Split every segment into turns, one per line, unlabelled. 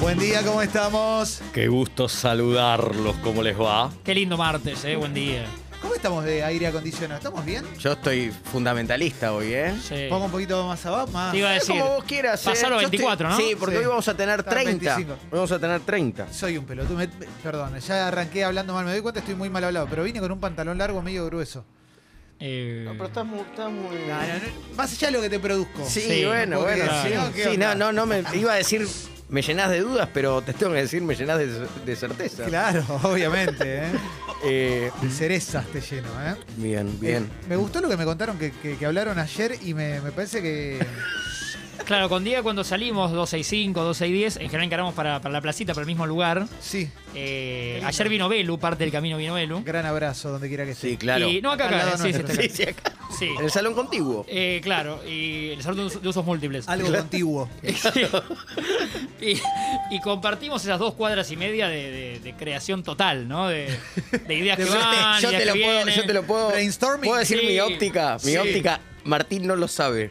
Buen día, ¿cómo estamos?
Qué gusto saludarlos, ¿cómo les va?
Qué lindo martes, eh, buen día.
¿Cómo estamos de aire acondicionado? ¿Estamos bien?
Yo estoy fundamentalista hoy, ¿eh?
Sí.
Pongo un poquito más abajo, más.
Te iba a
Es
decir.
Como vos quieras. ¿eh?
Pasaron
Yo estoy-
24, ¿no?
Sí, porque
Sí.
hoy vamos a tener
Están
30.
25.
Hoy vamos a tener 30.
Soy un pelotudo. me- me- perdón, ya arranqué hablando mal. Me doy cuenta, estoy muy mal hablado, pero vine con un pantalón largo medio grueso.
Eh,
muy...
No, no, no, más allá de lo que te produzco.
Sí,
Sí,
bueno,
no puedo
bueno.
creer.
sí.
No, ¿qué
Sí,
onda?
no, no, no me iba a decir, me llenás de dudas, pero te tengo que decir, me llenás de, de certeza.
Claro, obviamente, ¿eh?
Eh,
De cerezas te lleno, ¿eh?
bien, bien.
Eh, me gustó lo que me contaron que, que- que hablaron ayer y me, me parece que.
claro, con día cuando salimos, 265, 2610, en general encaramos para, para la placita, para el mismo lugar.
Sí,
Eh, ayer vino Belu, parte del camino vino Belu.
gran abrazo donde quiera que
Sí,
esté.
claro.
Y, no, acá,
Al
acá,
lado
sí, sí,
nuestro.
está
Sí,
acá.
sí, acá.
Sí.
En el salón contiguo.
Eh, claro, y el salón de usos- de usos múltiples.
Algo contiguo.
y, y compartimos esas dos cuadras y media de, de- de creación total, ¿no? De, de ideas
De-
que
yo te-
van,
yo,
ideas
te
que
lo puedo,
vienen.
yo te lo puedo.
Brainstorming.
Puedo decir
Sí.
mi óptica. Mi
Sí.
óptica. Martín no lo sabe.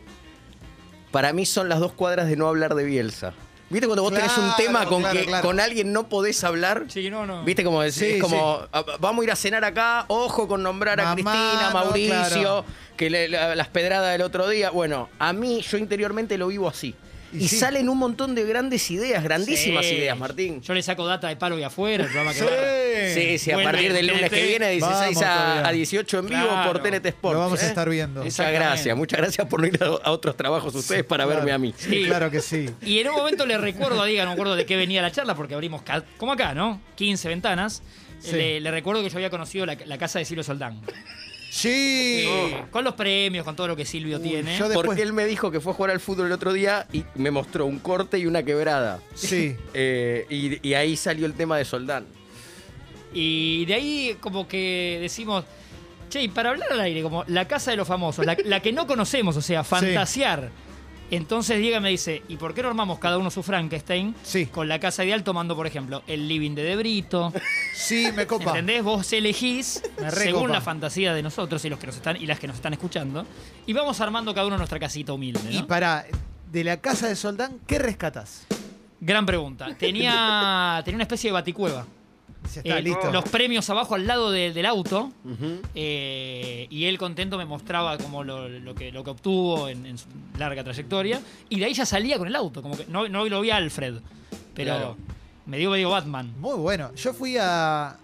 Para mí son las dos cuadras de no hablar de Bielsa. ¿Viste cuando vos tenés un
Claro,
tema con
claro,
que
claro.
con alguien no podés hablar?
Sí, no, no.
¿Viste como decís?
Sí,
como, "Ah, vamos a ir a cenar acá, ojo con nombrar
Mamá,
a Cristina,
no,
Mauricio,
claro.
que le- la- las pedradas del otro día. Bueno, a mí yo interiormente lo vivo así.
Y
Y,
sí.
salen un montón de grandes ideas, grandísimas
Sí.
ideas, Martín.
Yo le saco data de palo y afuera, el programa que
Sí.
va.
Sí, sí, a
Vuelve
partir del
TNT.
lunes que viene, 16
Vamos todavía.
a, a 18 en vivo
Claro.
por TNT Sports.
Lo vamos a
¿eh?
estar viendo.
Muchas gracias, muchas gracias por no ir a, a otros trabajos ustedes para
Claro.
verme a mí.
Sí.
Claro que sí.
Y en un momento le recuerdo a Diga, no me acuerdo de qué venía la charla, porque abrimos, ca- como acá, ¿no? 15 ventanas.
Sí.
Le, le recuerdo que yo había conocido la, la casa de Silvio Soldán.
Sí.
Eh, con los premios, con todo lo que Silvio tiene.
yo de- Después-
Porque él me dijo que fue a jugar al fútbol el otro día y me mostró un corte y una quebrada.
Sí.
Eh, y, y ahí salió el tema de Soldán.
Y de ahí como que decimos, che, y para hablar al aire, como la casa de los famosos, la, la que no conocemos, o sea, fantasear. Entonces Diego me dice, ¿y por qué no armamos cada uno su Frankenstein?
Sí.
Con la casa ideal tomando, por ejemplo, el living de Debrito.
Sí, me copa.
¿Entendés? Vos elegís
Me recopa.
según la fantasía de nosotros y los que nos están y las que nos están escuchando. Y vamos armando cada uno nuestra casita humilde. ¿no?
Y para de la casa de Soldán, ¿qué rescatas?
Gran pregunta. Tenía, tenía una especie de baticueva.
Si está
Eh,
listo.
Los premios abajo al lado de- del auto. Eh, y él contento me mostraba como lo, lo que, lo que obtuvo en, en su larga trayectoria. Y de ahí ya salía con el auto. Como que no, no lo vi a Alfred. Pero
Claro.
me dio medio Batman.
Muy bueno. Yo fui a.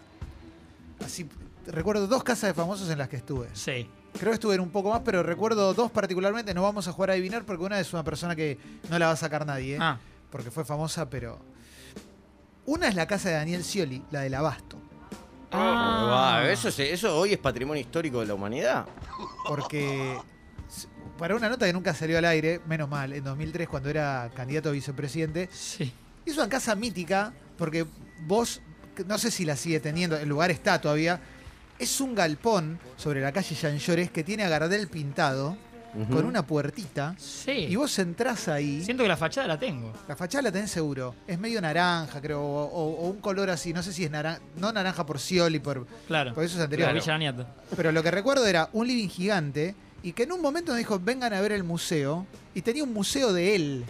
Así. Recuerdo dos casas de famosos en las que estuve.
Sí.
Creo que estuve en un poco más, pero recuerdo dos particularmente. No vamos a jugar a adivinar porque una es una persona que no la va a sacar nadie. ¿eh?
Ah,
Porque fue famosa, pero. Una es la casa de Daniel Scioli, la del Abasto.
Ah.
Ah, Oh, eso, se- eso hoy es patrimonio histórico de la humanidad.
Porque s- para una nota que nunca salió al aire, menos mal, en 2003 cuando era candidato a vicepresidente,
sí.
es una casa mítica porque vos, que no sé si la sigue teniendo, el lugar está todavía, es un galpón sobre la calle Jean Llores que tiene a Gardel pintado con una puertita
Sí.
y vos entrás ahí.
Siento que la fachada la tengo.
La fachada la tenés seguro. Es medio naranja, creo, o, o- o un color así. No sé si es naranja, no naranja por Scioli, por,
Claro.
por eso es anterior.
La Villa Laniato.
Pero lo que recuerdo era un living gigante y que en un momento nos dijo, vengan a ver el museo. Y tenía un museo de él.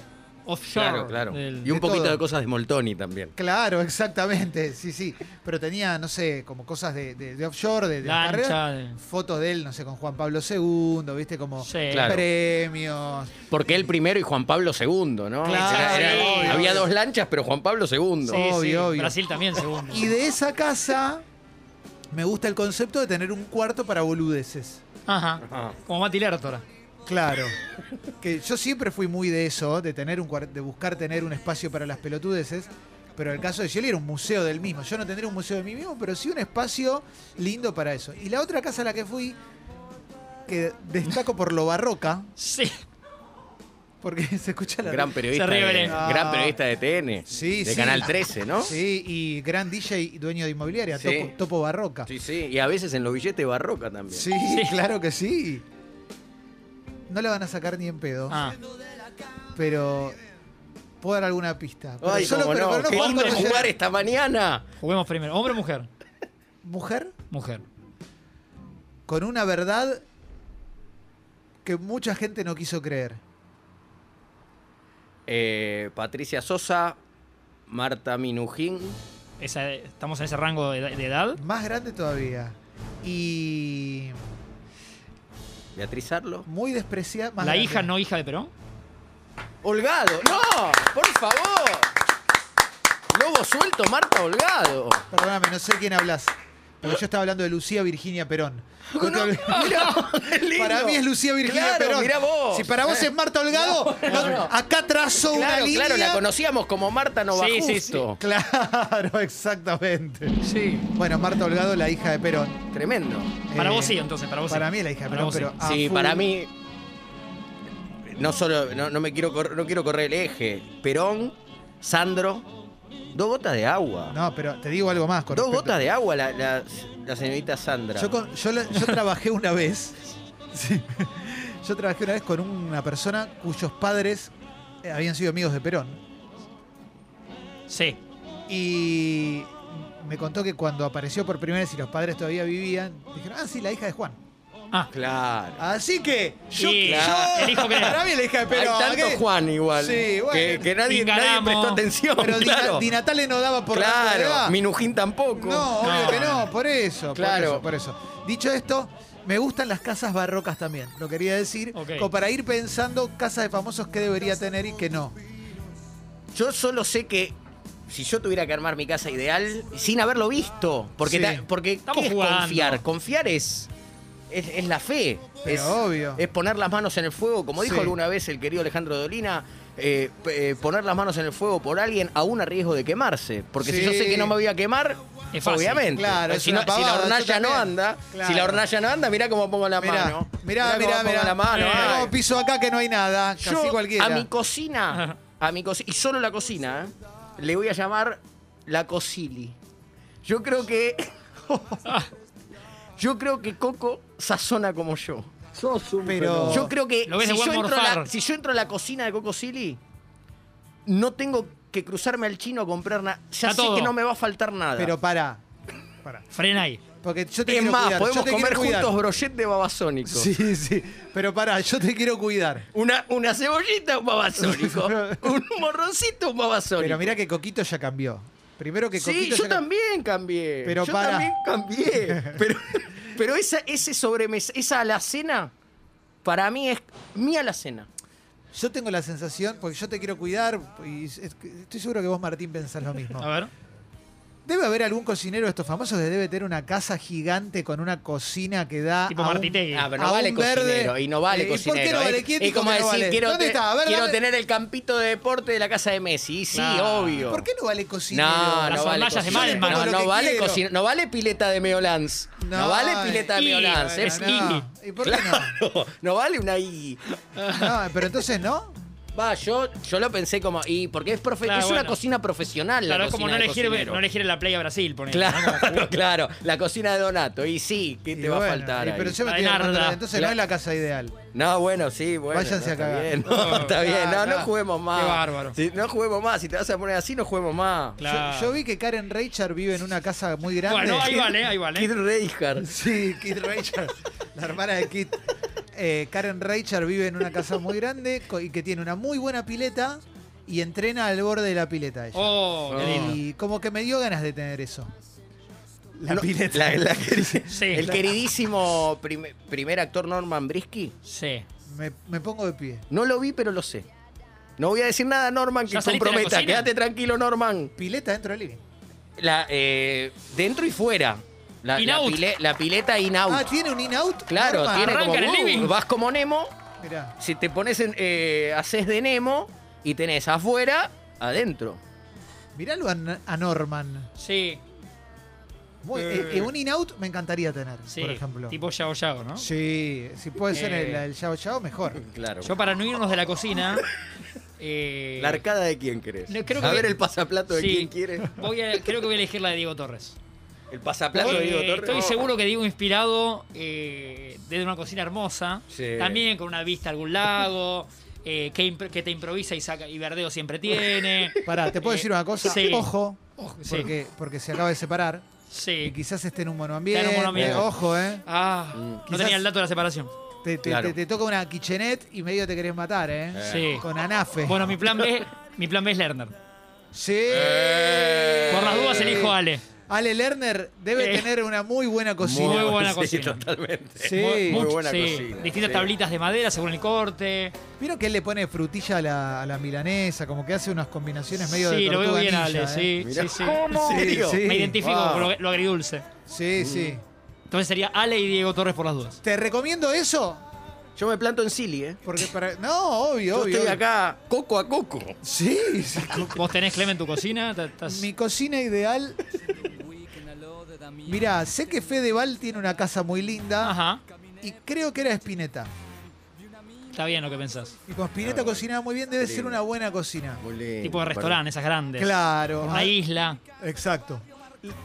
Offshore.
Claro, claro.
del-
Y un
de
poquito
todo.
de cosas de Moltoni también.
Claro, exactamente, sí, sí. Pero tenía, no sé, como cosas de, de- de offshore, de, de la carrera.
lancha. de-
Fotos de él, no sé, con Juan Pablo II, viste, como
Sí.
Claro.
premios.
Porque él primero y Juan Pablo II, ¿no?
Claro,
sí.
había dos lanchas, pero Juan Pablo II.
Sí, sí.
Obvio, obvio.
Brasil también, según.
Y de esa casa me gusta el concepto de tener un cuarto para boludeces.
Ajá.
Ah.
Como Mati Lertora.
Claro. Que yo siempre fui muy de eso, de tener un cuar- de buscar tener un espacio para las pelotudeces. Pero el caso de Scioli era un museo del mismo. Yo no tendría un museo de mí mismo, pero sí un espacio lindo para eso. Y la otra casa a la que fui, que destaco por lo barroca,
Sí.
porque se escucha la.
Gran periodista.
Se ríe
de-
Belén.
gran periodista de TN.
Ah. Sí,
de
sí.
Canal 13, ¿no?
Sí, y gran DJ y dueño de inmobiliaria,
Sí.
Topo, Topo Barroca.
Sí, sí. Y a veces en los billetes barroca también.
Sí, claro que sí. No la van a sacar ni en pedo,
Ah.
pero puedo dar alguna pista. Pero
Ay,
solo-
cómo
pero-
no.
pero no
Qué
puedo
lindo
conocer-
jugar esta mañana.
Juguemos primero. ¿Hombre o mujer?
Mujer
Mujer.
con una verdad que mucha gente no quiso creer.
Eh, Patricia Sosa, Marta Minujín.
Esa- estamos en ese rango de, de edad.
Más grande todavía. Y
Beatriz Arlo.
muy despreciada. más
la
grande.
hija no hija de Perón.
¡Holgado! ¡No! ¡Por favor! Lobo suelto, Marta Holgado.
Perdóname, no sé quién hablas. Porque yo estaba hablando de Lucía Virginia Perón. No te hablé-
Mirá, qué lindo.
Para mí es Lucía Virginia
Claro,
Perón.
mirá vos. Eh.
Si para vos es Marta Holgado, no- acá trazó una
Claro,
línea.
claro, la conocíamos como Marta Nova
Sí, sí,
Justo.
Claro, exactamente.
Sí.
Bueno, Marta Holgado, la hija de Perón.
Tremendo.
Para
Eh,
vos sí, entonces, para vos sí.
Para mí es la hija de Perón,
Para vos sí.
pero. a
Sí,
full.
para mí. No solo. No, no me quiero correr, no quiero correr el eje. Perón, Sandro, dos gotas de agua.
No, pero te digo algo más. Con
dos
respecto-
gotas de agua la, la- la señorita Sandra.
Yo, con- yo la- yo trabajé una vez. sí. Yo trabajé una vez con una persona cuyos padres eh, habían sido amigos de Perón.
Sí.
Y me contó que cuando apareció por primera vez y los padres todavía vivían, dijeron, ah, sí, la hija de Juan.
Ah,
Claro.
Así que yo,
Y
yo-
claro, el hijo que era.
para mí es la hija de Perón.
Hay tanto
¿qué?
Juan igual.
Sí, bueno.
que, que nadie, nadie
Pingaramo.
prestó atención.
Pero Di-
claro,
Di Natale no daba por la
claro. Minujín tampoco.
No, obvio
No,
que
no,
no, por eso.
Claro.
Por eso, por eso. Dicho esto, me gustan las casas barrocas también. Lo quería decir.
Ok.
Como para ir pensando casas de famosos que debería tener y que no.
Yo solo sé que si yo tuviera que armar mi casa ideal sin haberlo visto, porque,
Sí.
ta- porque
Estamos
¿qué es
jugando.
confiar? Confiar es, es, es la fe.
Pero
es,
obvio.
es poner las manos en el fuego, como dijo
Sí.
alguna vez el querido Alejandro Dolina, eh, p- eh, poner las manos en el fuego por alguien aún a riesgo de quemarse. Porque si yo
Sí.
sé que no me voy a quemar,
Es fácil.
obviamente.
Claro, es
si,
una
no- si
pavada,
la
yo
hornalla no
también.
anda, si la
Claro.
hornalla no anda, mirá cómo pongo la
Mirá,
mano.
mirá,
cómo
mirá,
pongo
mirá.
la mano.
Mirá
ay.
cómo piso acá que no hay nada.
Yo
casi cualquiera.
a mi cocina, a mi cocina, y solo la cocina, ¿eh? le voy a llamar la cocili. Yo creo que. yo creo que Coco sazona como yo.
pero
Yo creo que
Lo ves
si
de
yo,
buen
entro a la,
morfar.
si yo entro a la cocina de Coco Silly, no tengo que cruzarme al chino a comprar nada. Ya
Está
sé
todo.
que no me va a faltar nada.
pero para. para.
frena ahí.
Porque yo te
es
quiero
más,
cuidar. yo
podemos
te quiero
comer
cuidar.
juntos brochet de babasónico.
Sí, sí. Pero pará, yo te quiero cuidar.
Una, una cebollita, un babasónico. un morroncito, un babasónico.
Pero mirá que Coquito ya cambió. Primero que
Sí,
Coquito
yo
ya cam-
también cambié.
Pero
yo
para.
también cambié. Pero, pero esa, ese sobremesa, esa alacena, para mí es mi alacena.
Yo tengo la sensación, porque yo te quiero cuidar, y es- es- estoy seguro que vos, Martín, pensás lo mismo.
A ver.
Debe haber algún cocinero de estos famosos que debe tener una casa gigante con una cocina que da.
Tipo
a un-
Martitegui.
Ah, pero no
A un
vale cocinero.
verde.
Y no vale
Eh, ¿y por qué
cocinero.
no vale?
Es-
¿Quién
es
dijo
como
que no
decir,
vale?
quiero,
¿Dónde
tener-
está? A ver,
quiero
dame-
tener el campito de deporte de la casa de Messi. Y sí,
Claro.
obvio.
¿Por qué no vale cocinero?
No,
Las
no vale,
hornallas de
cocinero.
Malman.
no,
Como lo
no
que
vale
quiero.
cocinero. no vale pileta de Meolans, no,
No,
vale pileta de eh.
y-
Meolans,
bueno,
es
no.
I.
¿Y por qué no?
no vale una I.
No, pero entonces no.
Va, yo, yo lo pensé como I, porque es, profe-
Claro,
es una
bueno.
cocina profesional. la
Claro, es como
cocina
no
de
elegir,
cocinero.
no elegir la playa a Brasil, ponele. ¿no? Como-
Claro, claro. La cocina de Donato. Y sí, ¿qué
Y
te va a
bueno,
faltar?
y
ahí?
Pero yo me
La
estoy dando
Narda.
cuenta, Entonces no
Claro.
es la casa ideal.
No, bueno, sí, bueno.
Váyanse
no,
a
está
cagar.
bien, no, está bien. No,
Ah,
no
no.
juguemos más.
Qué bárbaro.
Si no juguemos más. Si te vas a poner así, no juguemos más.
Yo-
Claro.
Yo, vi que Karen Reichard vive en una casa muy grande.
Bueno, ahí vale, ahí
Kid
vale.
Reijard.
Sí, Kit Richard, la hermana de Kit. Eh, Karen Richard vive en una casa muy grande co- y que tiene una muy buena pileta y entrena al borde de la pileta ella.
Oh, qué lindo.
y como que me dio ganas de tener eso. La
No,
pileta.
la- la queridi-
Sí,
Oh. el
la-
queridísimo prim- primer actor Norman Brisky.
Sí.
Me, me pongo de pie.
No lo vi, pero lo sé. No voy a decir nada, Norman, que
¿Ya saliste de la
comprometa.
cocina?
Quédate tranquilo, Norman.
Pileta dentro del living.
La, eh, dentro y fuera. La,
In
la
out.
pile- la pileta in out.
Ah, tiene un in-out.
Claro,
Norma.
tiene
Arranca
como
en el
uh,
living.
vas como Nemo,
Mirá.
si te pones en eh, haces de Nemo y tenés afuera, adentro.
Miralo a, N- a Norman.
Sí.
Muy-
Eh.
eh, eh, un in-out me encantaría tener,
Sí.
por ejemplo.
Tipo Yao Yao, ¿no?
Sí, si puede ser el,
Eh.
el Yao Yao, mejor.
Claro.
Yo para no irnos de la cocina. eh,
¿La arcada de quién querés?
No, creo
a
que-
ver el pasaplato de
Sí.
quién quiere.
voy a- creo que voy a elegir la de Diego Torres.
El pasaplato
Porque
de Diego Torres.
Oh.
Estoy seguro que Diego inspirado eh, desde una cocina hermosa.
Sí.
También con una vista a algún lago. eh, que, impro- que te improvisa y saca y verdeo siempre tiene.
Pará, ¿te puedo decir una cosa?
Eh, Sí.
Ojo,
Ojo, sí.
porque, porque se acaba de separar y
Sí.
quizás esté en un monoambiente.
Está en un monoambiente.
Eh, Ojo, ¿eh?
Ah, no
Quizás-
tenía el dato de la separación.
Te, te-
Claro.
te- te toca una kitchenette y medio te querés matar, ¿eh?
Sí.
Con anafe.
Bueno, mi plan B, mi plan B es Lerner.
Sí.
Por las dudas elijo a Ale.
Ale Lerner debe
Eh.
tener una muy buena cocina.
Muy buena
sí,
cocina.
totalmente.
Sí.
Mu-
Muy
mucho-
buena
sí.
cocina,
Distintas
sí.
tablitas de madera según el corte.
Vieron que él le pone frutilla a la, a la milanesa, como que hace unas combinaciones medio de
sí, lo veo
tortuga
bien,
ninja,
Ale.
¿eh?
Sí,
Mirá.
sí,
Sí,
sí.
¿En serio?
sí.
Me identifico
Wow.
con lo, lo agridulce.
Sí, sí.
Entonces sería Ale y Diego Torres por las dudas.
Te recomiendo eso,
Yo me planto en Silly, ¿eh?
porque para... No, obvio,
Yo
obvio.
estoy
obvio.
acá coco a coco.
Sí, sí.
¿Vos tenés Clemen tu cocina? Ta- estás-
Mi cocina ideal... Mirá, sé que Fedeval tiene una casa muy linda
Ajá.
y creo que era Spinetta.
Está bien lo que pensás.
Y con Spinetta cocinaba muy bien, debe ser
lindo.
una buena cocina.
Muy lindo.
Tipo de restaurante, esas grandes.
Claro. Ah,
Una isla.
Exacto.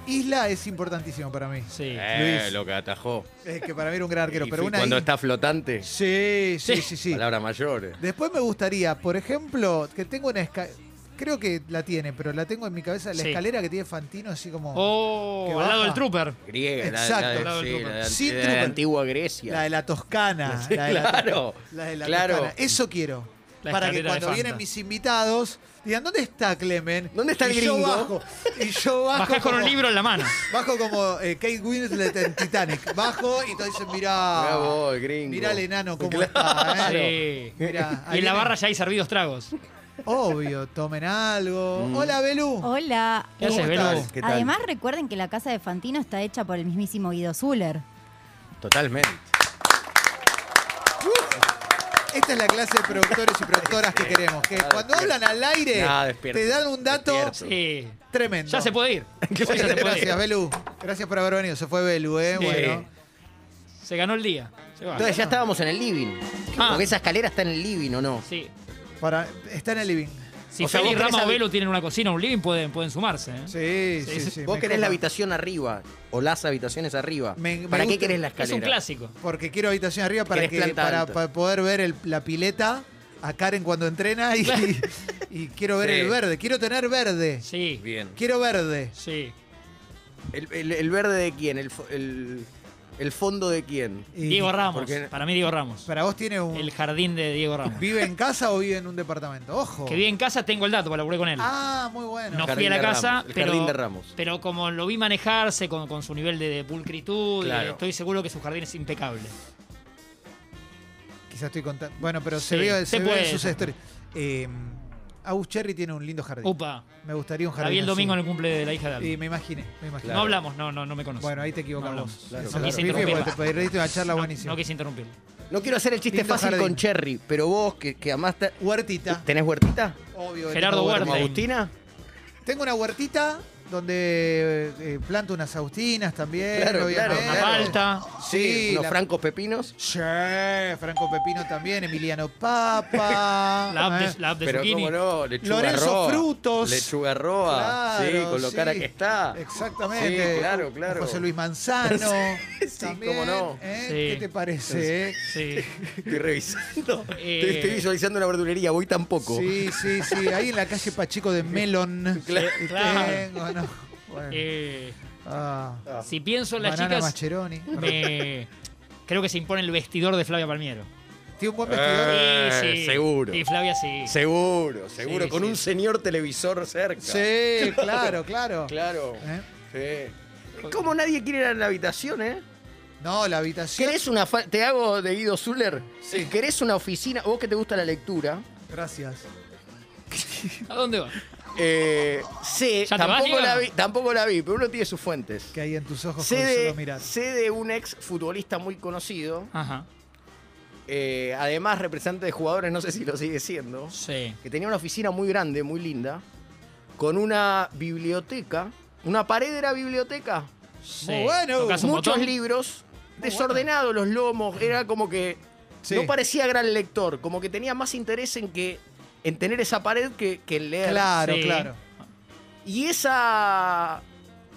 Isla es importantísimo para mí.
Sí.
Eh,
Luis.
lo que atajó.
Es que para mí era un gran arquero,
Y
pero
fui-
una
cuando
isla-
está flotante,
Sí, sí, sí, sí.
palabras mayores.
Después me gustaría, por ejemplo, que tengo una escalera. Creo que la tiene, pero la tengo en mi cabeza. La
Sí.
escalera que tiene Fantino, así como.
Oh,
Que
al lado
baja.
del trooper.
Griega, la-
Exacto.
la, de- sí, la de-
Sin
la de
truco.
la antigua Grecia.
La de la Toscana.
Sí,
la de la-
claro.
la de la
claro.
Toscana. Eso quiero.
La
Para que
escalera de
cuando
Fanta.
vienen mis invitados, digan, ¿dónde está Clemen?
¿Dónde está el
y Yo
gringo?
bajo, y yo bajo.
Bajás con
como-
un libro en la mano.
Bajo como eh, Kate Winslet en Titanic. Bajo y todos dicen, mirá.
Mirá vos, el gringo.
Mirá el enano cómo está. ¿eh?
Sí.
Mirá,
Y
ahí
en
viene.
la barra ya hay servidos tragos.
Obvio, tomen algo.
Mm.
Hola, Belú.
Hola.
¿Qué haces,
Eh,
Belu?
estás? ¿Qué tal?
Además, recuerden que la casa de Fantino está hecha por el mismísimo Guido Zuller.
Totalmente.
Esta es la clase de productores y productoras que queremos. Que
Nada,
cuando
despierto.
hablan al aire,
Nada, despierto.
te dan un dato
Despierto.
Sí.
tremendo.
Ya se puede ir. Hoy ya se puede ir.
Gracias, Belu. Gracias por haber venido. Se fue Belu, ¿eh?
Sí.
Bueno.
Se ganó el día. Se va.
Entonces ya estábamos en el living.
Ah.
Porque esa escalera está en el living, ¿o no?
Sí.
Para, está en el living.
Si
O sea,
Feli,
vos querés
Rama o
habi-
Velo tienen una cocina, un living, pueden, pueden sumarse. ¿eh?
Sí, sí,
Sí,
sí.
sí.
Vos
me
querés
copa.
la habitación arriba, o las habitaciones arriba.
Me- me
¿Para qué
gusta-
querés la
Es
escalera?
un clásico.
Porque quiero habitación arriba para,
Querés
que,
planta
para,
alta.
para poder ver el- la pileta a Karen cuando entrena y, y quiero ver
Sí.
el verde. Quiero tener verde.
Sí.
Bien.
Quiero verde.
Sí.
¿El, el- el verde de quién? ¿El, fo- el- el fondo de quién?
Y-
Diego Ramos.
porque-
Para mí, Diego Ramos.
Para vos tiene un...
El jardín de Diego Ramos.
¿Vive en casa o vive en un departamento? Ojo.
Que vi en casa, tengo el dato, para laburé con él.
Ah, muy bueno.
No
Jardín
fui a la
de
casa,
Ramos, el
pero,
jardín de Ramos.
pero como lo vi manejarse con, con su nivel de, de pulcritud,
Claro.
eh, estoy seguro que su jardín es impecable.
Quizás estoy contando. Bueno, pero se
Sí,
ve,
se
se ve en
puede.
sus stories. Eh, Agus Cherry tiene un lindo jardín.
Upa,
Me gustaría un
la
jardín.
vi el
así.
domingo en el cumple de la hija de Aldo.
Y me imaginé, me imaginé.
No hablamos, no, no, no me conoce.
Bueno, ahí te
No
equivocamos.
hablamos.
vos.
Claro,
Eso
claro.
me
Quise
refiero, porque te
interrumpirla.
perdiste una charla
No,
buenísima.
no quise interrumpir.
No quiero hacer el chiste
Lindo
fácil
jardín.
con Cherry, pero vos que, que amás... ta-
Huertita.
¿Tenés huertita?
Obvio.
Gerardo
tengo,
Huerta.
¿Como
Huerta.
Agustina?
tengo una huertita donde eh, planto unas agustinas también.
Claro, claro,
obviamente.
Una
claro.
palta.
Sí,
¿Unos
la-
francos pepinos?
Sí, Franco Pepino también, Emiliano Papa.
La app
¿eh?
de, la app de
Pero
Zucchini.
cómo no, lechuga
Lorenzo
roa.
Frutos.
Lechuga roa.
Claro,
sí, con lo
sí.
cara que está.
Exactamente.
Ah. Sí, claro, claro.
José Luis Manzano.
sí,
también,
cómo no.
¿eh?
Sí.
¿Qué te parece? eh?
Sí.
Estoy revisando.
Eh.
Estoy, estoy visualizando una verdulería, voy tampoco.
eh? Sí, sí, sí. Ahí en la calle Pachico de Melon.
Claro.
Claro.
Tengo, no. Bueno.
Eh,
Ah.
Ah.
si pienso en las
Banana
chicas, Eh.
Mascheroni.
me- creo que se impone el vestidor de Flavia Palmiero.
Tiene un buen vestidor.
Eh,
Sí, sí.
seguro.
Y Flavia sí.
Seguro, seguro.
Sí,
con
sí.
un señor televisor cerca.
Sí, claro, claro.
Claro.
¿Eh?
Sí. ¿Cómo nadie quiere ir a la habitación, eh?
No, la habitación.
¿Querés una fa- Te hago de Guido Zuller. ¿Querés una oficina? Vos que te gusta la lectura.
Gracias.
¿A dónde va?
Eh, sé,
¿Ya te vas,
tampoco
Diego?
la, vi, tampoco la vi, pero uno tiene sus fuentes.
Que hay en tus ojos
Sé
con solo
de,
mirar.
sé de un ex futbolista muy conocido,
Ajá.
eh, además representante de jugadores, no sé si lo sigue siendo,
Sí.
que tenía una oficina muy grande, muy linda, con una biblioteca, una pared era biblioteca,
sí.
Muy bueno.
Tocás un Ah,
muchos
botón.
libros, desordenados los lomos, era como que
Sí.
no parecía gran lector, como que tenía más interés en que en tener esa pared que, que en leer.
Claro,
Sí.
claro.
Y esa,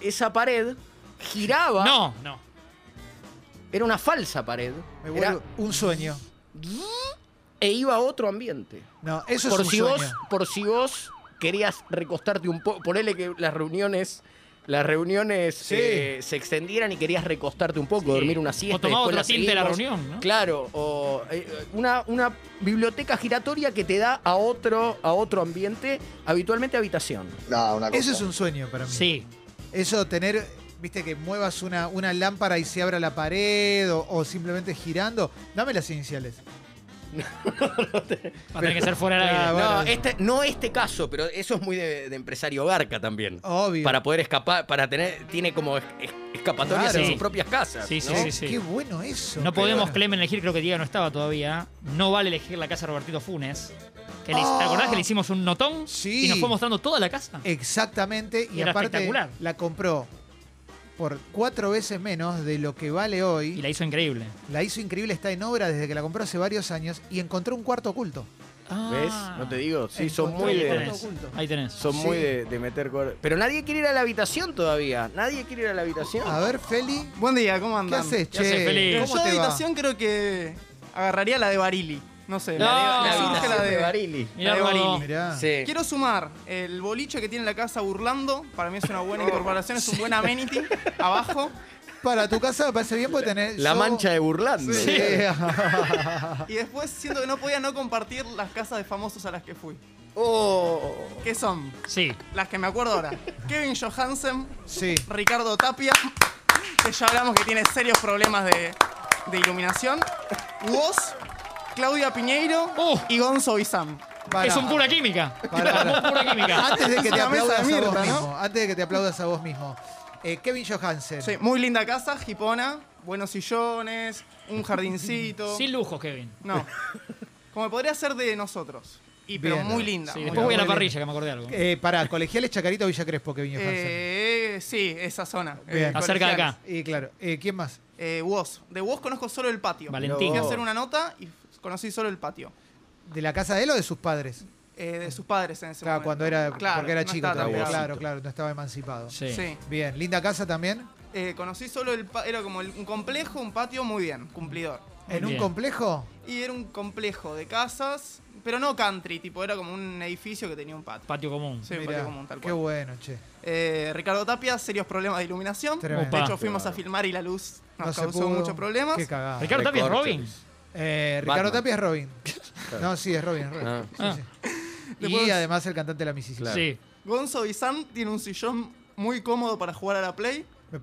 esa pared giraba,
No, no.
era una falsa pared,
Me
era-
vuelvo un sueño.
e iba a otro ambiente.
No, eso
por
es un
si
sueño.
vos, por si vos querías recostarte un poco, ponele que las reuniones las reuniones
Sí.
eh, se extendieran y querías recostarte un poco,
Sí.
dormir una siesta.
O tomaba
después
otro
la
tinte la
seguimos.
reunión, ¿no?
Claro, o eh, una, una biblioteca giratoria que te da a otro, a otro ambiente, habitualmente habitación.
No, una cosa.
Eso es un sueño para mí.
Sí.
Eso tener, viste, que muevas una, una lámpara y se abra la pared o, o simplemente girando. Dame las iniciales.
Va a tener que ser fuera del
Ah,
aire.
bueno,
no, este, no este caso, pero eso es muy de, de empresario Garca también.
Obvio.
Para poder escapar, para tener, tiene como es- es- escapatorias
Claro.
en
Sí.
sus propias casas.
Sí, sí,
¿no?
Oh,
sí, sí.
Qué bueno eso.
No podemos,
Pero bueno.
Clemen, elegir, creo que Diego no estaba todavía. No vale elegir la casa de Robertito Funes. Que le- ¿Te acordás que le hicimos un notón?
Sí.
Y nos fue mostrando toda la casa.
Eh.
Exactamente. Y
Era
aparte
espectacular.
la compró por cuatro veces menos de lo que vale hoy.
Y la hizo increíble.
La hizo increíble, está en obra desde que la compró hace varios años y encontró un cuarto oculto.
¿Ves? No te digo. Sí, son
Encontró un
Ah. Ahí
muy de.
cuarto
tenés.
oculto.
Ahí tenés.
Son
Sí.
muy de, de meter cuer- Pero nadie quiere ir a la habitación todavía. Nadie quiere ir a la habitación.
A ver, Feli,
Buen día, ¿cómo
¿qué
andan?
haces,
¿Qué haces, Feli?
che?
Pero
¿Cómo
yo de
te va?
habitación creo que agarraría la de Barili. No sé,
No,
la de, me
La
Ah, surge
habitación
la de
de Barili.
Mirá,
Ahí va.
Barilo.
Mirá.
Sí.
Quiero sumar el boliche que tiene la casa Burlando. Para mí es una buena incorporación, es un buen amenity. Abajo.
Para tu casa me parece bien porque tenés.
La
yo-
mancha de burlando.
Sí.
Y después siento que no podía no compartir las casas de famosos a las que fui. ¿Qué son?
Sí.
Las que me acuerdo ahora. Kevin Johansen,
Sí.
Ricardo Tapia, que ya hablamos que tiene serios problemas de, de iluminación. Woz, Claudia Piñeiro
Uh.
y Gonzo Bizam.
Pará.
Es un pura química.
Pará, pará.
Pura química.
Antes de que te
Es una mesa de
aplaudas a
mierda,
vos
¿no?
mismo. Antes de que te aplaudas a vos mismo. Eh, Kevin Johansen.
Sí, muy linda casa, Jipona, buenos sillones, un jardincito.
Sin lujos, Kevin.
No. Como podría ser de nosotros. Y pero
Bien.
muy linda.
Sí,
muy
después voy a
linda.
la parrilla, que me acordé de algo.
Eh, pará, colegiales Chacarita o Villa Crespo, Kevin Johansen.
Eh, sí, esa zona.
Bien.
Acerca de acá.
Y claro, eh, ¿quién más?
Eh, Woz. De Woz conozco solo el patio.
Valentín.
Fui a hacer una nota y conocí solo el patio.
¿De la casa de él o de sus padres?
Eh, de sus padres en ese
Claro,
momento.
cuando era,
Claro,
porque era
no
chico
estaba tan
también.
pegado.
Claro, claro, no estaba emancipado.
Sí.
Sí.
Bien, linda casa también.
Eh, conocí solo el pa- era como el- un complejo, un patio muy bien, cumplidor.
En un
Bien.
complejo.
Y era un complejo de casas, pero no country, tipo era como un edificio que tenía un patio.
Patio común.
Sí, un
Mirá,
patio común, tal
qué
cual.
bueno, che.
Eh, Ricardo Tapia, serios problemas de iluminación.
Tremendo.
De
Opa.
hecho, fuimos a filmar y la luz nos
No se
causó
pudo.
muchos problemas.
Qué cagada.
Ricardo Tapia es Robin.
Eh, Ricardo
Batman.
Tapia es Robin. No, sí, es Robin. es Robin.
Ah.
Sí,
Ah.
sí. Y
Después-
además el cantante de la Mississippi.
Sí.
Gonzo Bizán tiene un sillón muy cómodo para jugar a la Play.
Me-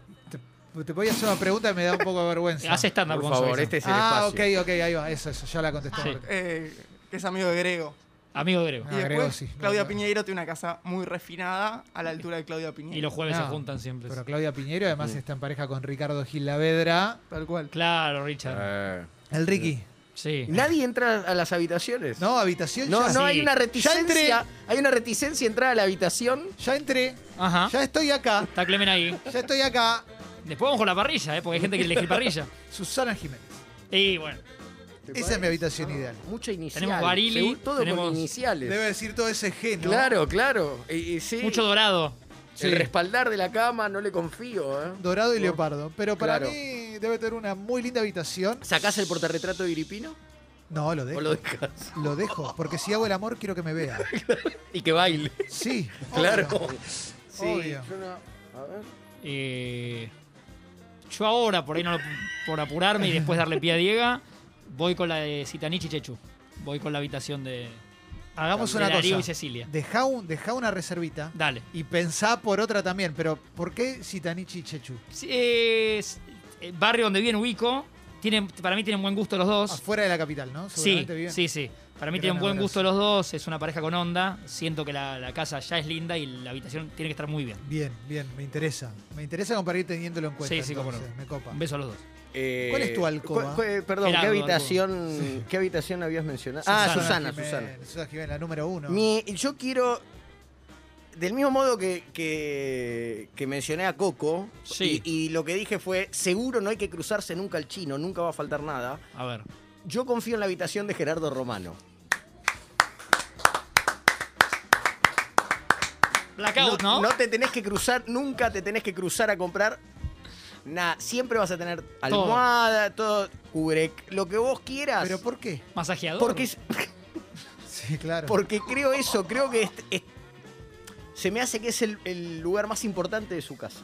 Te, te podía hacer una pregunta y me da un poco de vergüenza.
Hace stand-up,
Por
Gonzo
favor,
Bizán.
este es el
ah, ok,
espacio.
ok, ahí va. Eso, eso, ya la contesté.
Sí.
eh, que es amigo de Grego.
Amigo de Grego.
Ah,
y después,
Grego sí.
Claudia
No, no.
Piñeiro tiene una casa muy refinada a la altura de Claudia Piñeiro.
Y los jueves
Ah.
No,
se juntan siempre.
Ah. Pero Claudia Piñero además está en pareja con Ricardo Gil Lavedra.
Tal cual.
Claro, Richard.
Eh.
El Ricky.
Sí.
Nadie entra a las habitaciones.
No, habitación
no,
ya.
no, hay
Sí.
una
Ya entré.
reticencia. Hay una reticencia a entrar a la habitación.
Ya entré.
Ah.
Ajá.
Ya estoy acá.
Está Clemen ahí.
Ya estoy acá.
Después vamos con la parrilla, ¿eh? porque hay gente que elige parrilla.
Susana Jiménez.
Y bueno,
Esa es mi habitación ideal.
Mucha inicial.
Tenemos Barili,
Según- todo
tenemos-
con iniciales.
Debe decir todo ese gen, ¿no?
Claro, claro. Y- y sí,
mucho dorado.
Sí.
El respaldar de la cama no le confío. ¿eh?
Dorado y leopardo. Pero para
Claro.
mí debe tener una muy linda habitación.
¿Sacás el portarretrato de Iripino?
No, lo dejo.
¿O lo dejas?
Lo dejo, porque si hago el amor quiero que me vea.
Y que baile.
Sí,
Claro.
obvio.
Sí,
Obvio.
yo no- a ver.
Eh, yo ahora, por ahí no lo- por apurarme y después darle pie a Diego, voy con la de Citanichi y Chechu. Voy con la habitación de,
Hagamos
de
una
Darío y
cosa.
Cecilia.
Deja, un, dejá una reservita
Dale.
y pensá por otra también. Pero, ¿por qué Citanichi y Chechu?
Sí, es- eh, barrio donde viven ubico. Tienen, para mí tienen buen gusto los dos.
Afuera de la capital, ¿no?
Sí,
Ah, Seguramente viven.
sí, sí. Para mí
Gran
tienen buen
abrazo.
gusto los dos. Es una pareja con onda. Siento que la, la casa ya es linda y la habitación tiene que estar muy bien.
Bien, bien, me interesa. Me interesa compartir teniéndolo en cuenta.
Sí, sí, cómo no.
entonces, Me copa.
Un beso a los dos.
Eh,
¿Cuál es tu alcoba?
cu- cu- Perdón,
Gerardo,
¿qué habitación, ¿qué habitación habías mencionado? ah,
Susana
Susana,
Jiménez,
Susana.
Susana Jiménez, la número uno.
Mi- yo quiero. Del mismo modo que, que, que mencioné a Coco,
Sí.
y, y lo que dije fue: seguro no hay que cruzarse nunca al chino, nunca va a faltar nada.
A ver.
Yo confío en la habitación de Gerardo Romano.
Blackout, ¿no?
te tenés que cruzar, nunca te tenés que cruzar a comprar. Nada, siempre vas a tener almohada, todo, cubre, lo que vos quieras.
¿Pero por qué?
Masajeador.
porque, es-
Sí, claro.
porque creo eso, creo que es- es- se me hace que es el, el lugar más importante de su casa.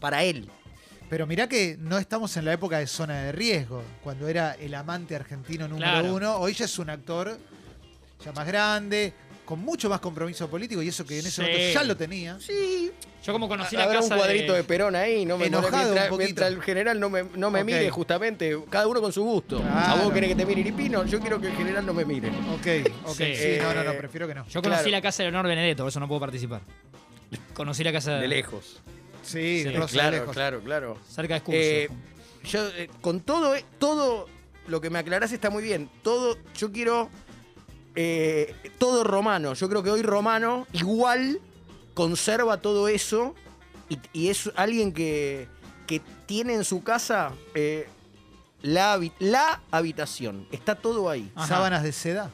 Para él.
Pero mirá que no estamos en la época de zona de riesgo, cuando era el amante argentino número
Claro.
uno. Hoy ya es un actor ya más grande, con mucho más compromiso político, y eso que en ese
Sí.
momento ya lo tenía.
Sí.
Yo como conocí la
Habrá
casa
un cuadrito de...
de
Perón ahí, no me no-
Enojado
mientras,
un poquito.
mientras el general no me, no me
Ok.
mire, justamente. Cada uno con su gusto. A
Claro.
vos querés que te mire Iripino, yo quiero que el general no me mire.
Ok, ok. Sí,
Sí.
no, no, no,
Eh,
prefiero que no.
Yo conocí
Claro.
la casa de Leonor Benedetto, por eso no puedo participar. Conocí la casa
De lejos.
Sí,
sí,
Rosa de
claro,
lejos.
claro, claro.
cerca de Escurso.
Eh, yo, eh, con todo, eh, todo lo que me aclarás está muy bien. Todo, yo quiero eh, todo romano. Yo creo que hoy romano igual conserva todo eso y, y es alguien que, que tiene en su casa eh, la, habi- la habitación. Está todo ahí.
Ajá.
Sábanas de seda.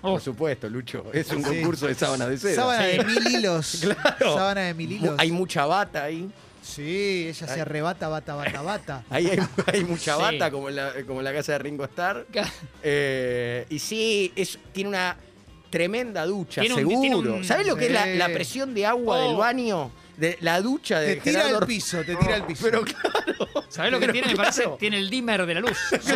Oh,
Por supuesto, Lucho. Es un
Sí.
concurso de sábanas de seda.
Sábana
Sí.
de mil hilos.
Claro.
Sábana de mil
Mu-
hilos.
Hay mucha bata ahí.
Sí, ella se arrebata, bata, bata, bata.
Ahí hay, hay mucha
Sí.
bata, como en, la, como en la casa de Ringo Starr. Eh, y sí, es, tiene una tremenda ducha,
Tiene un- tiene
seguro.
un-
¿Sabes lo que es la,
Sí.
la presión de agua
Oh.
del baño? De, la ducha de
Te tira
Eh, Gerardo
al
Ortiz.
piso, te tira al piso.
Pero claro.
¿Sabés lo que
pero
tiene? Me
claro.
parece tiene el dimmer de la luz.
Sí.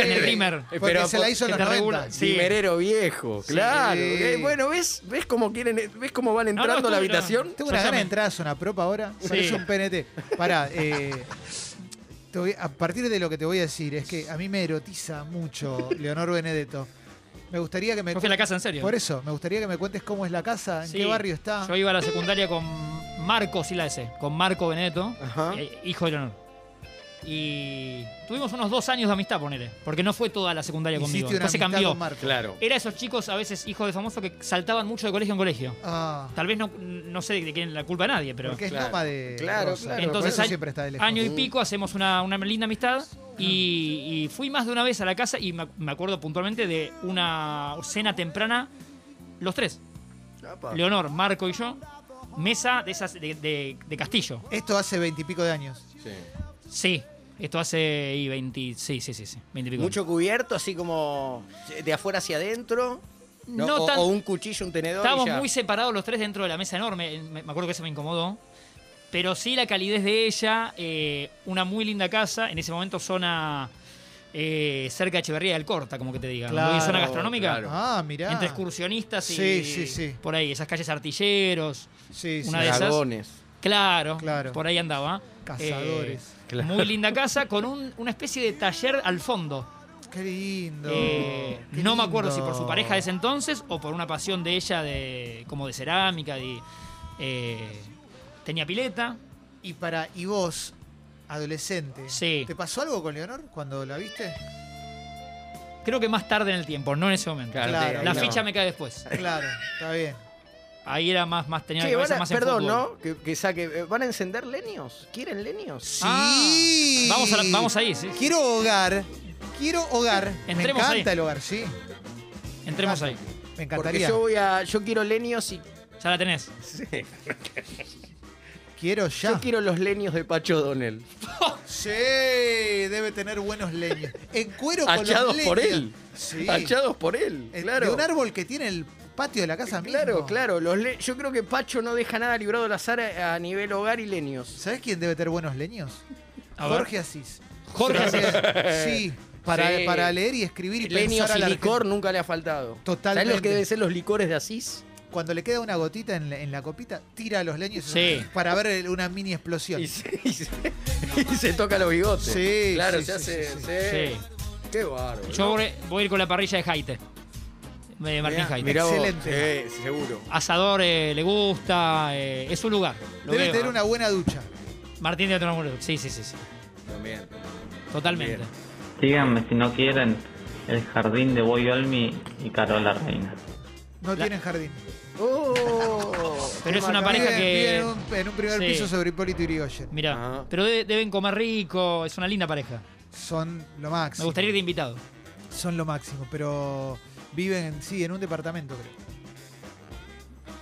En el dimmer.
Eh,
Porque
pero
se la
po-
hizo en los
que te
90.
regula. Sí.
Dimerero viejo, claro.
Sí. Ah,
Eh, Bueno, ¿ves, ¿ves cómo quieren, ves cómo van
no,
entrando a la
estoy- no.
habitación?
Tengo una
Ya
gana de
me-
entrar a zona propa ahora. Parece un PNT. Pará, eh, te voy- a partir de lo que te voy a decir, es que a mí me erotiza mucho Leonor Benedetto. Me gustaría que me.
Yo fui a la casa en serio.
Por eso, me gustaría que me cuentes cómo es la casa, en
Sí.
qué barrio está.
Yo iba a la secundaria con Marcos y la S, con Marco Benedetto,
Ajá.
eh, hijo de Leonor. Y tuvimos unos dos años de amistad, ponele, porque no fue toda la secundaria conmigo.
Hiciste una
Después se
amistad
cambió.
con Marco.
Claro.
Era esos chicos, a veces hijos de famosos, que saltaban mucho de colegio en colegio.
Ah,
Tal vez no, no sé de quién es la culpa a nadie, pero.
porque es
Claro.
noma de.
Claro,
Rosa.
claro.
Por
Entonces,
eso
año-
siempre está de lejos.
Año y pico hacemos una, una linda amistad y, y fui más de una vez a la casa y me, ac- me acuerdo puntualmente de una cena temprana, los tres,
Apa.
Leonor, Marco y yo, mesa de esas de, de- de castillo.
Esto hace veintipico de años.
Sí.
Sí, esto hace y 20, sí, sí, sí, sí, 20 y pico.
Mucho cubierto, así como de afuera hacia adentro. ¿no?
No
o,
tan-
o un cuchillo, un tenedor. y
Estábamos
ya.
muy separados los tres dentro de la mesa enorme. eh, Me me acuerdo que eso me incomodó. Pero sí la calidez de ella, eh, una muy linda casa, en ese momento zona eh, cerca de Echeverría del Corta, como que te diga.
Claro,
Muy zona gastronómica.
claro.
Ah, mirá.
Entre excursionistas y
Sí, sí, sí.
por ahí, esas calles artilleros.
Sí, sí.
Una de esas.
Dragones.
Claro,
Claro.
por ahí andaba.
Cazadores.
Eh,
Claro.
Muy linda casa con un- una especie de taller al fondo.
Qué lindo.
Eh,
qué
no me acuerdo si
lindo.
por su pareja de ese entonces o por una pasión de ella de como de cerámica. de, eh, tenía pileta.
Y para y vos, adolescente,
Sí.
¿te pasó algo con Leonor cuando la viste?
Creo que más tarde en el tiempo, no en ese momento.
Claro,
Claro,
sí,
La
no.
ficha me cae después.
Claro, está bien.
Ahí era más, más tenía la
Che,
cabeza
van a-
más en
perdón,
fútbol.
¿no? Que, que saque. eh, ¿Van a encender leños? ¿Quieren leños?
Sí.
Ah, vamos a la- vamos ahí, sí.
Quiero hogar. Quiero hogar.
Entremos
me encanta
ahí.
el hogar, sí.
Entremos ahí.
Me
Porque
encantaría.
yo voy a. Yo quiero leños y.
Ya la tenés.
Quiero ya.
Yo quiero los leños de Pacho Donel.
Sí, debe tener buenos leños. En cuero con los
Hachados por
leños.
él.
Sí.
Hachados por él.
Eh,
Claro.
De un árbol que tiene el patio de la casa
Claro,
mismo.
claro. Los le- Yo creo que Pacho no deja nada librado al azar a, a nivel hogar y leños.
¿Sabes quién debe tener buenos leños?
A ver.
Jorge Asís.
Jorge Asís.
Sí, para,
Sí.
para leer y escribir y
Leños
pensar a
y
la
licor nunca le ha faltado.
Totalmente.
¿Sabes lo que deben ser los licores de Asís?
Cuando le queda una gotita en la, en la copita, tira los leños
Sí.
para ver el- una mini explosión.
Y se, y se- y se toca los bigotes.
Sí,
Claro,
sí, sí,
se hace.
sí, sí.
se-
Sí.
Qué bárbaro.
Yo voy- voy a ir con la parrilla de Jaite. De Martín
Mirá,
Jaite.
mirá. Excelente.
Excelente. Sí, seguro.
Asador eh, le gusta. eh, es su lugar. Lo
Debe
veo. ¿eh?
tener una buena ducha.
Martín debe tener un lugar. Sí, sí, sí. sí.
También.
Totalmente.
Bien.
Síganme si no quieren el jardín de Boy Olmi y Carola Reina.
No
La-
tienen jardín.
Oh,
Pero
qué
es una
maravilla.
pareja
Viven-
que-
viven en un, en un primer
Sí.
piso sobre Hipólito Yrigoyen.
Mirá.
Ajá.
Pero de- deben comer rico. Es una linda pareja.
Son lo máximo.
Me gustaría ir de invitado.
Son lo máximo, pero viven, sí, en un departamento, creo.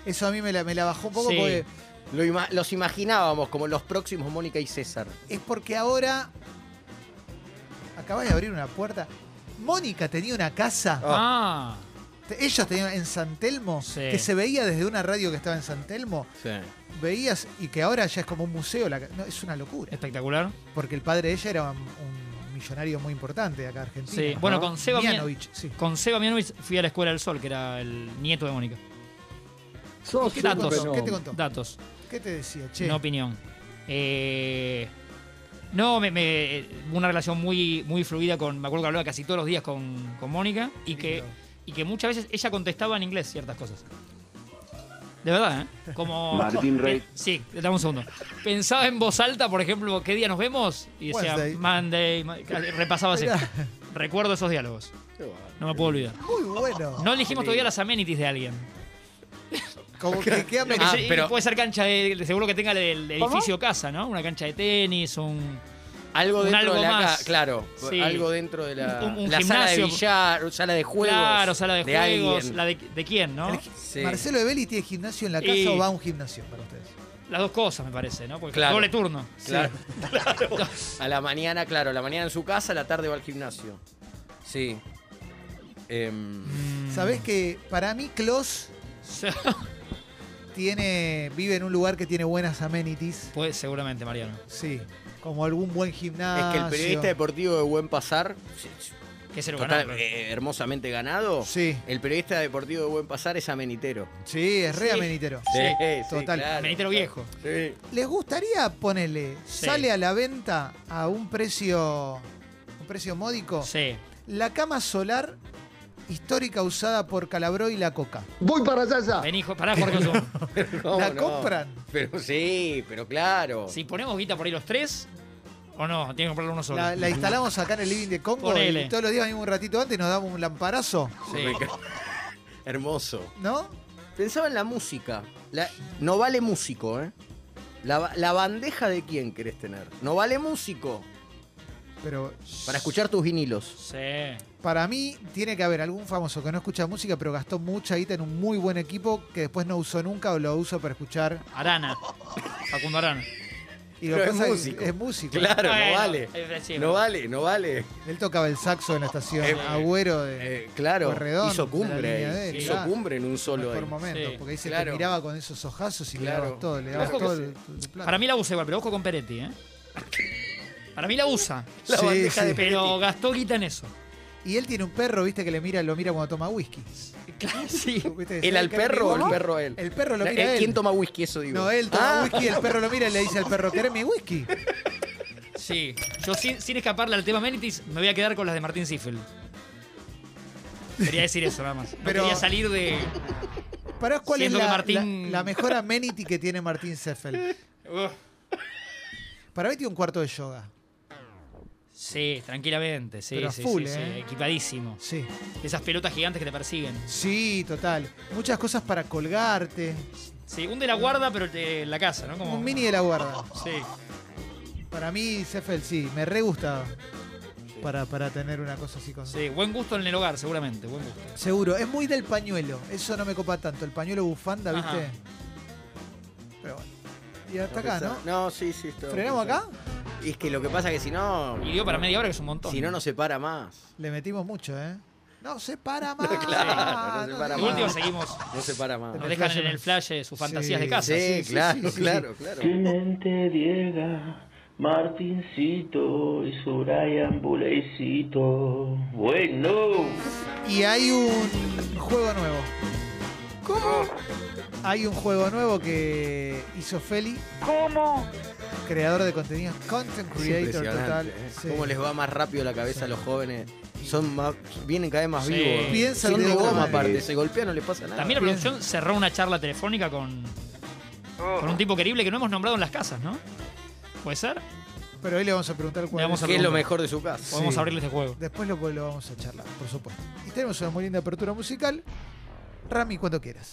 Eso a mí me la, me la bajó un poco
Sí.
porque
Lo ima- los imaginábamos como los próximos Mónica y César.
es porque ahora acabas de abrir una puerta. Mónica tenía una casa
Ah.
te- ellos tenían en San Telmo,
Sí.
que se veía desde una radio que estaba en San Telmo,
Sí.
veías y que ahora ya es como un museo. la ca- no, es una locura.
Espectacular.
Porque el padre de ella era un, un millonario muy importante de acá de Argentina.
Sí. Bueno, con Seba Mien-
Mianovich, sí.
Con Seba Mianovich fui a la Escuela del Sol, que era el nieto de Mónica.
¿Y ¿Qué te,
datos?
contó? ¿Qué te contó?
Datos,
¿Qué te decía? Che,
no opinión. Eh, no, me, me- una relación muy, muy fluida con. Me acuerdo que hablaba casi todos los días con, con Mónica y que,
lindo.
y que muchas veces ella contestaba en inglés ciertas cosas. De verdad, ¿eh? Como.
Martín Rey.
Sí, dame un segundo. Pensaba en voz alta, por ejemplo, ¿qué día nos vemos? Y decía
Wednesday.
Monday. ma- Repasaba así.
Mirá.
Recuerdo esos diálogos. No me puedo olvidar.
muy bueno.
No elegimos todavía las amenities de alguien.
Como que, que
Lo que
Ah,
se-
pero-
Puede ser cancha de, de- seguro que tenga el, el edificio casa, ¿no? Una cancha de tenis, un.
Algo
Un
dentro
algo
de la
más.
ca- claro,
Sí.
algo dentro de la,
Un- un
la sala de
gimnasio.
billar, sala de juegos.
claro, sala de, juegos,
alguien.
la de, de quién, ¿no?
El-
Sí.
Marcelo de Belli tiene gimnasio en la casa
Y-
o va a un gimnasio para ustedes.
Las dos cosas, me parece, ¿no? Porque
Claro.
doble turno.
Claro. A la mañana, claro, a la mañana en su casa, a la tarde va al gimnasio. Sí. Em,
Sabés que para mí Klaus tiene, vive en un lugar que tiene buenas amenities.
Pues seguramente, Mariano.
Sí, como algún buen
es
gimnasio.
que el periodista deportivo de Buen Pasar, sí, sí,
Que se lo
total,
ganó.
eh, hermosamente ganado,
Sí,
el periodista deportivo de Buen Pasar es amenitero.
sí, es re
Sí.
amenitero. total.
eh,
Amenitero viejo.
Sí.
¿Les gustaría ponerle,
Sí.
sale a la venta a un precio, un precio módico,
Sí.
la cama solar histórica usada por Calabró y la Coca?
Vení, jo- pará, Jorge. un segundo.
¿Cómo
¿La
no?
compran?
Pero sí, pero claro.
Si ponemos guita por ahí los tres, o no, tiene que comprarlo uno solo.
La, la instalamos acá en el living de Congo
Ponele.
y todos los días venimos un ratito antes y nos damos un lamparazo,
Sí.
Hermoso.
¿no?
Pensaba en la música. La- no vale músico, ¿eh? La, ba- la bandeja de quién querés tener. No vale músico.
Pero
Para escuchar tus vinilos.
Sí.
para mí tiene que haber algún famoso que no escucha música, pero gastó mucha guita en un muy buen equipo que después no usó nunca o lo uso para escuchar.
Arana. Facundo Arana.
Y lo
Pero
que
es
pasa es-
músico.
es músico.
Claro,
Bueno,
no vale.
eh, sí,
No
bueno.
vale, no vale.
Él tocaba el saxo en la estación Agüero de
Eh, claro,
Corredón,
hizo
de la
cumbre.
línea
ahí.
D,
hizo
claro.
cumbre en un solo
por
ahí.
momentos,
Sí,
porque dice
claro.
que miraba con esos ojazos y
Claro,
le dabas todo, le
claro
dabas
que
todo
sí.
el, tu- tu plato.
Para mí la usa igual, pero ojo con Peretti, ¿eh? Para mí la usa.
La
Sí,
bandeja
sí.
de Peretti.
Pero gastó guita en eso.
Y él tiene un perro, viste, que le mira, lo mira cuando toma whisky.
Claro, sí.
¿Viste?
¿El al
¿Sabés qué?
perro o el
¿Cómo?
perro a él?
El perro lo
La-
mira a
eh,
él.
¿Quién toma whisky? Eso digo.
No, él toma
Ah,
whisky, el perro lo mira y le dice al perro, ¿querés mi whisky?
Sí. Yo sin, sin escaparle al tema Menitis, me voy a quedar con las de Martín Sifel. Quería decir eso nada más. No
Pero-
quería salir de.
Pará, ¿cuál
Siendo
es
que
la,
Martín-
la- la mejor amenity que tiene Martín Seffel? Para mí tiene un cuarto de yoga.
Sí, tranquilamente. Sí,
Pero a
sí,
full,
sí, sí,
¿eh?
Equipadísimo.
Sí.
Esas pelotas gigantes que te persiguen.
Sí, total. Muchas cosas para colgarte.
Sí, un de la guarda, pero de la casa, ¿no? Como
Un mini de la guarda.
Sí.
Para mí, Seffel, sí, me re gusta para, para tener una cosa así con
Sí, buen gusto en el hogar, seguramente. Buen gusto.
Seguro, es muy del pañuelo. Eso no me copa tanto. El pañuelo bufanda, ¿viste?
Ajá.
Pero bueno. Y hasta acá,
pensá-
¿no?
No, sí, sí. está-
¿Frenamos acá?
Y es que lo que pasa es que si no.
Y dio para media hora, que es un montón.
Si no, no se para más.
Le metimos mucho, ¿eh? No se para más.
claro, no se para
te-
Y
más.
último seguimos.
No se para más.
Nos dejan en el flash eh, sus fantasías de casa.
Ah, Sí,
sí,
claro,
sí, sí, sí.
claro, claro.
Clemente Diega, Martincito y Brian Bulecito. Bueno.
Y hay un juego nuevo. ¿Cómo? Hay un juego nuevo que hizo Feli. ¿Cómo? Creador de contenidos, content
Es
creator total.
impresionante, ¿eh?
Sí.
Cómo les va más rápido la cabeza a los jóvenes. Son más, vienen cada vez más
Sí.
vivos.
Piensan
Son
de
de
otra
goma
manera.
aparte, se golpean, no les pasa nada.
También la
Bien.
producción cerró una charla telefónica con, con un tipo querible que no hemos nombrado en las casas, ¿no? ¿Puede ser?
Pero hoy le vamos a preguntar cuál
Le vamos a
¿Qué es lo
pregunta.
mejor de su casa?
Podemos
Sí.
abrirle este juego.
Después lo, lo vamos a charlar, por supuesto. Y tenemos una muy linda apertura musical. Rami, cuando quieras.